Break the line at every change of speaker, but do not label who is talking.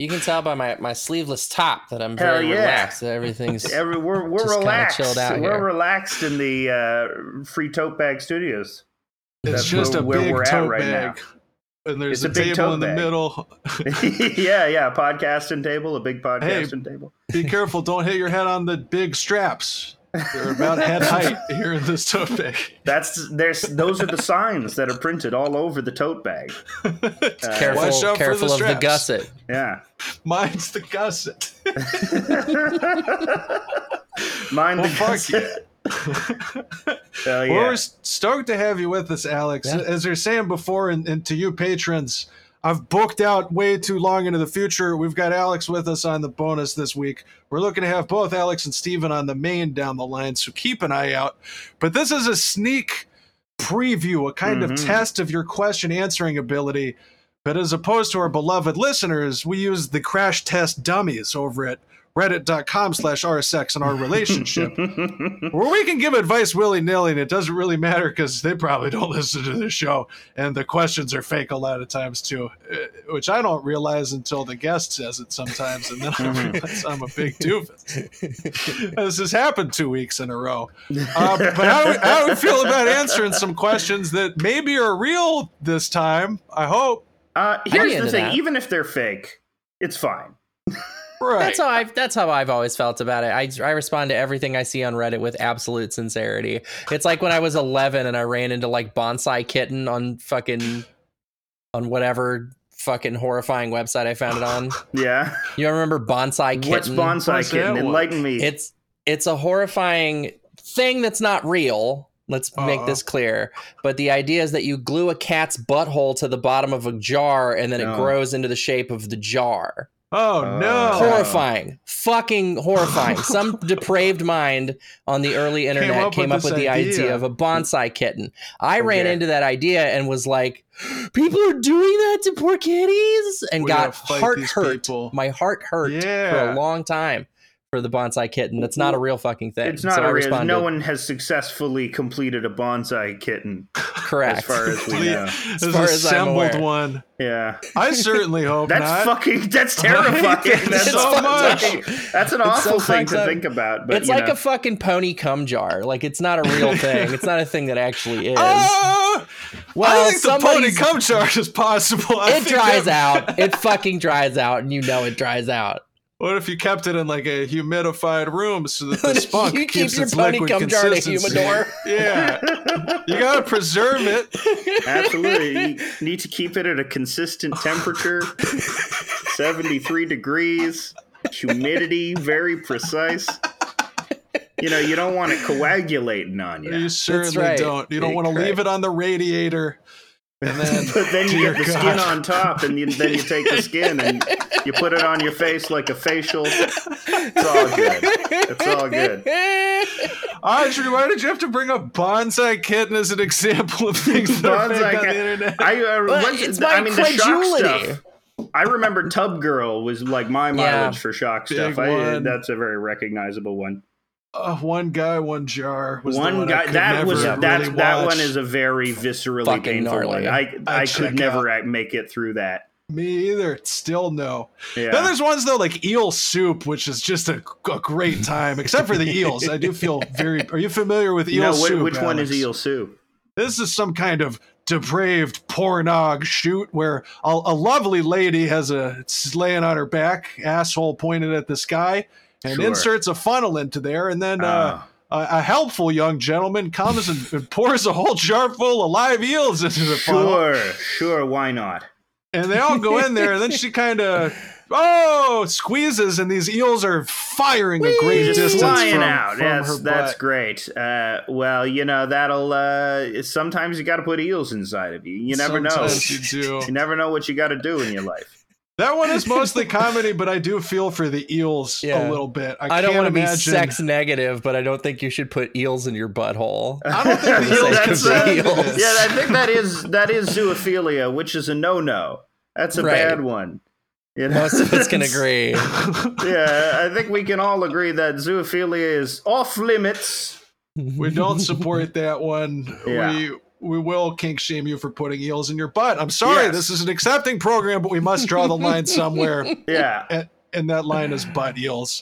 You can tell by my, my sleeveless top that I'm
Hell
very
yeah.
relaxed. That everything's
Every, we're we're
Just kinda
relaxed.
chilled out
we're
here.
relaxed in the uh, free tote bag studios.
It's
That's
just
where-
a
where
big
we're at
tote
right
bag. And there's
It's
a,
a big
table
tote
in the
bag.
middle.
yeah, yeah. Podcasting table, a big podcasting table.
Be careful, don't hit your head on the big straps. They're about head height here in this tote bag.
That's there's those are the signs that are printed all over the tote bag. Uh,
Watch
careful,
out for
careful
the
of the
straps.
gusset.
Yeah.
Mine's the gusset.
Mind
Well,
the
fuck
guns.
yeah.
Hell
Well,
yeah.
we're stoked to have you with us, Alex.
Yeah.
As we are saying before, and, and to you patrons, I've booked out way too long into the future. We've got Alex with us on the bonus this week. We're looking to have both Alex and Steven on the main down the line, so keep an eye out. But this is a sneak preview, a kind of
Mhm.
test of your question answering ability. But as opposed to our beloved listeners, we use the crash test dummies over at reddit.com slash rsex and our relationship where we can give advice willy nilly, and it doesn't really matter because they probably don't listen to the show, and the questions are fake a lot of times too, uh, which I don't realize until the guest says it sometimes, and then I realize I'm a big doofus. this has happened two weeks in a row. Uh, but how do- how do we feel about answering some questions that maybe are real this time? I hope.
uh, here's
into
the thing:
that.
even if they're fake, it's fine.
Right.
That's how I've that's how I've always felt about it. I, I respond to everything I see on Reddit with absolute sincerity. It's like when I was 11 and I ran into like bonsai kitten on fucking on whatever fucking horrifying website I found it on.
Yeah.
You remember bonsai kitten?
What's bonsai
What's
kitten?
that one?
Enlighten me.
It's it's a horrifying thing that's not real. Let's make
Uh-uh.
Uh-huh.
this clear. But the idea is that you glue a cat's butthole to the bottom of a jar and then
No.
it grows into the shape of the jar.
oh
Uh,
no!
horrifying. Fucking horrifying. Some depraved mind on the early internet came
up
up,
with
with,
this
the idea.
idea.
of a bonsai kitten. I ran
Okay.
into that idea and was like, people are doing that to poor kitties and
We gotta
got
fight
heart
these
hurt.
people.
My heart hurt for a
Yeah.
long time for the bonsai kitten. That's not a real fucking thing.
It's not
so I
a real.
responded,
No one has successfully completed a bonsai kitten,
correct.
as far as we
Please.
know.
This
far as I'm
assembled
aware.
one.
Yeah,
I certainly hope
that's
not.
fucking. That's terrifying. That's
so
fucking-
much.
That's an
It's so
awful thing
fucked
to
up.
think about. But
it's
you
like
know.
a fucking pony cum jar. Like it's not a real thing. it's not a thing that actually is.
Oh,
Ah!
Uh, well,
I think the pony
somebody's-
cum chart is possible. I
it
think
dries
that-
out. It fucking dries out, and you know it dries out.
What if you kept it in like a humidified room so that the
if
spunk
you keep
keeps
your
its
pony
liquid
cum jar in a
consistency?
humidor?
Yeah, you gotta preserve it.
Absolutely. You need to keep it at a consistent temperature 73 degrees, humidity, very precise. You know, you don't want it coagulating on you.
You certainly
right.
don't. You don't want to
Correct.
leave it on the radiator, and then
But then you
Dear
get the
God.
skin on top, and you, then you take the skin and you put it on your face like a facial. It's all good. It's
Oh,
all good.
Audrey, why did you have to bring up bonsai kitten as an example of things that are
Bonsai
fake on
cat-
the internet?
I, uh,
But
once-
it's my
I mean, the shock
credulity.
stuff. I remember Tub Girl was like my mileage for shock
Big
stuff. I,
one.
that's a very recognizable one.
Uh, one guy, one jar. Was the
one
one I
guy
could
that was
never
that
really
that
watch.
one is a very viscerally
Fucking
painful
gnarly.
one. I
I'd
I,
check
could never act- make it through that.
me either. Still no. Then
Yeah.
there's ones though like eel soup, which is just a, a great time, except for the eels. I do feel very. Are you familiar with eel
no, what,
soup?
which one is
Alex?
eel soup?
This is some kind of depraved pornog shoot where a, a lovely lady has a it's laying on her back, asshole pointed at the sky, and
Sure.
inserts a funnel into there, and then. Uh,
Ah.
a, a helpful young gentleman comes and, and pours a whole jar full of live eels into the funnel.
Sure, sure, why not?
And they all go in there, and then she kind of oh squeezes, and these eels are firing a great
Just
distance
flying
from,
out.
from her
Yes,
butt.
that's great. Uh, well, you know that'll. Uh, sometimes you got to put eels inside of you. You never
Sometimes
know.
you
You
do.
never know what you got to do in your life.
That one is mostly comedy, but I do feel for the eels a
Yeah.
little bit. I,
I don't
can't
want to be
imagine.
sex negative, but I don't think you should put eels in your butthole.
I don't think the
That's
eels
like
consent to
eels.
this.
Yeah, I think that is that is zoophilia, which is a no-no. That's a
Right.
bad one. You know?
Most of us can agree.
yeah, I think we can all agree that zoophilia is off limits.
we don't support that one.
Yeah.
We we will kink shame you for putting eels in your butt. I'm sorry,
Yes.
this is an accepting program, but we must draw the line somewhere,
Yeah.
and that line is butt eels.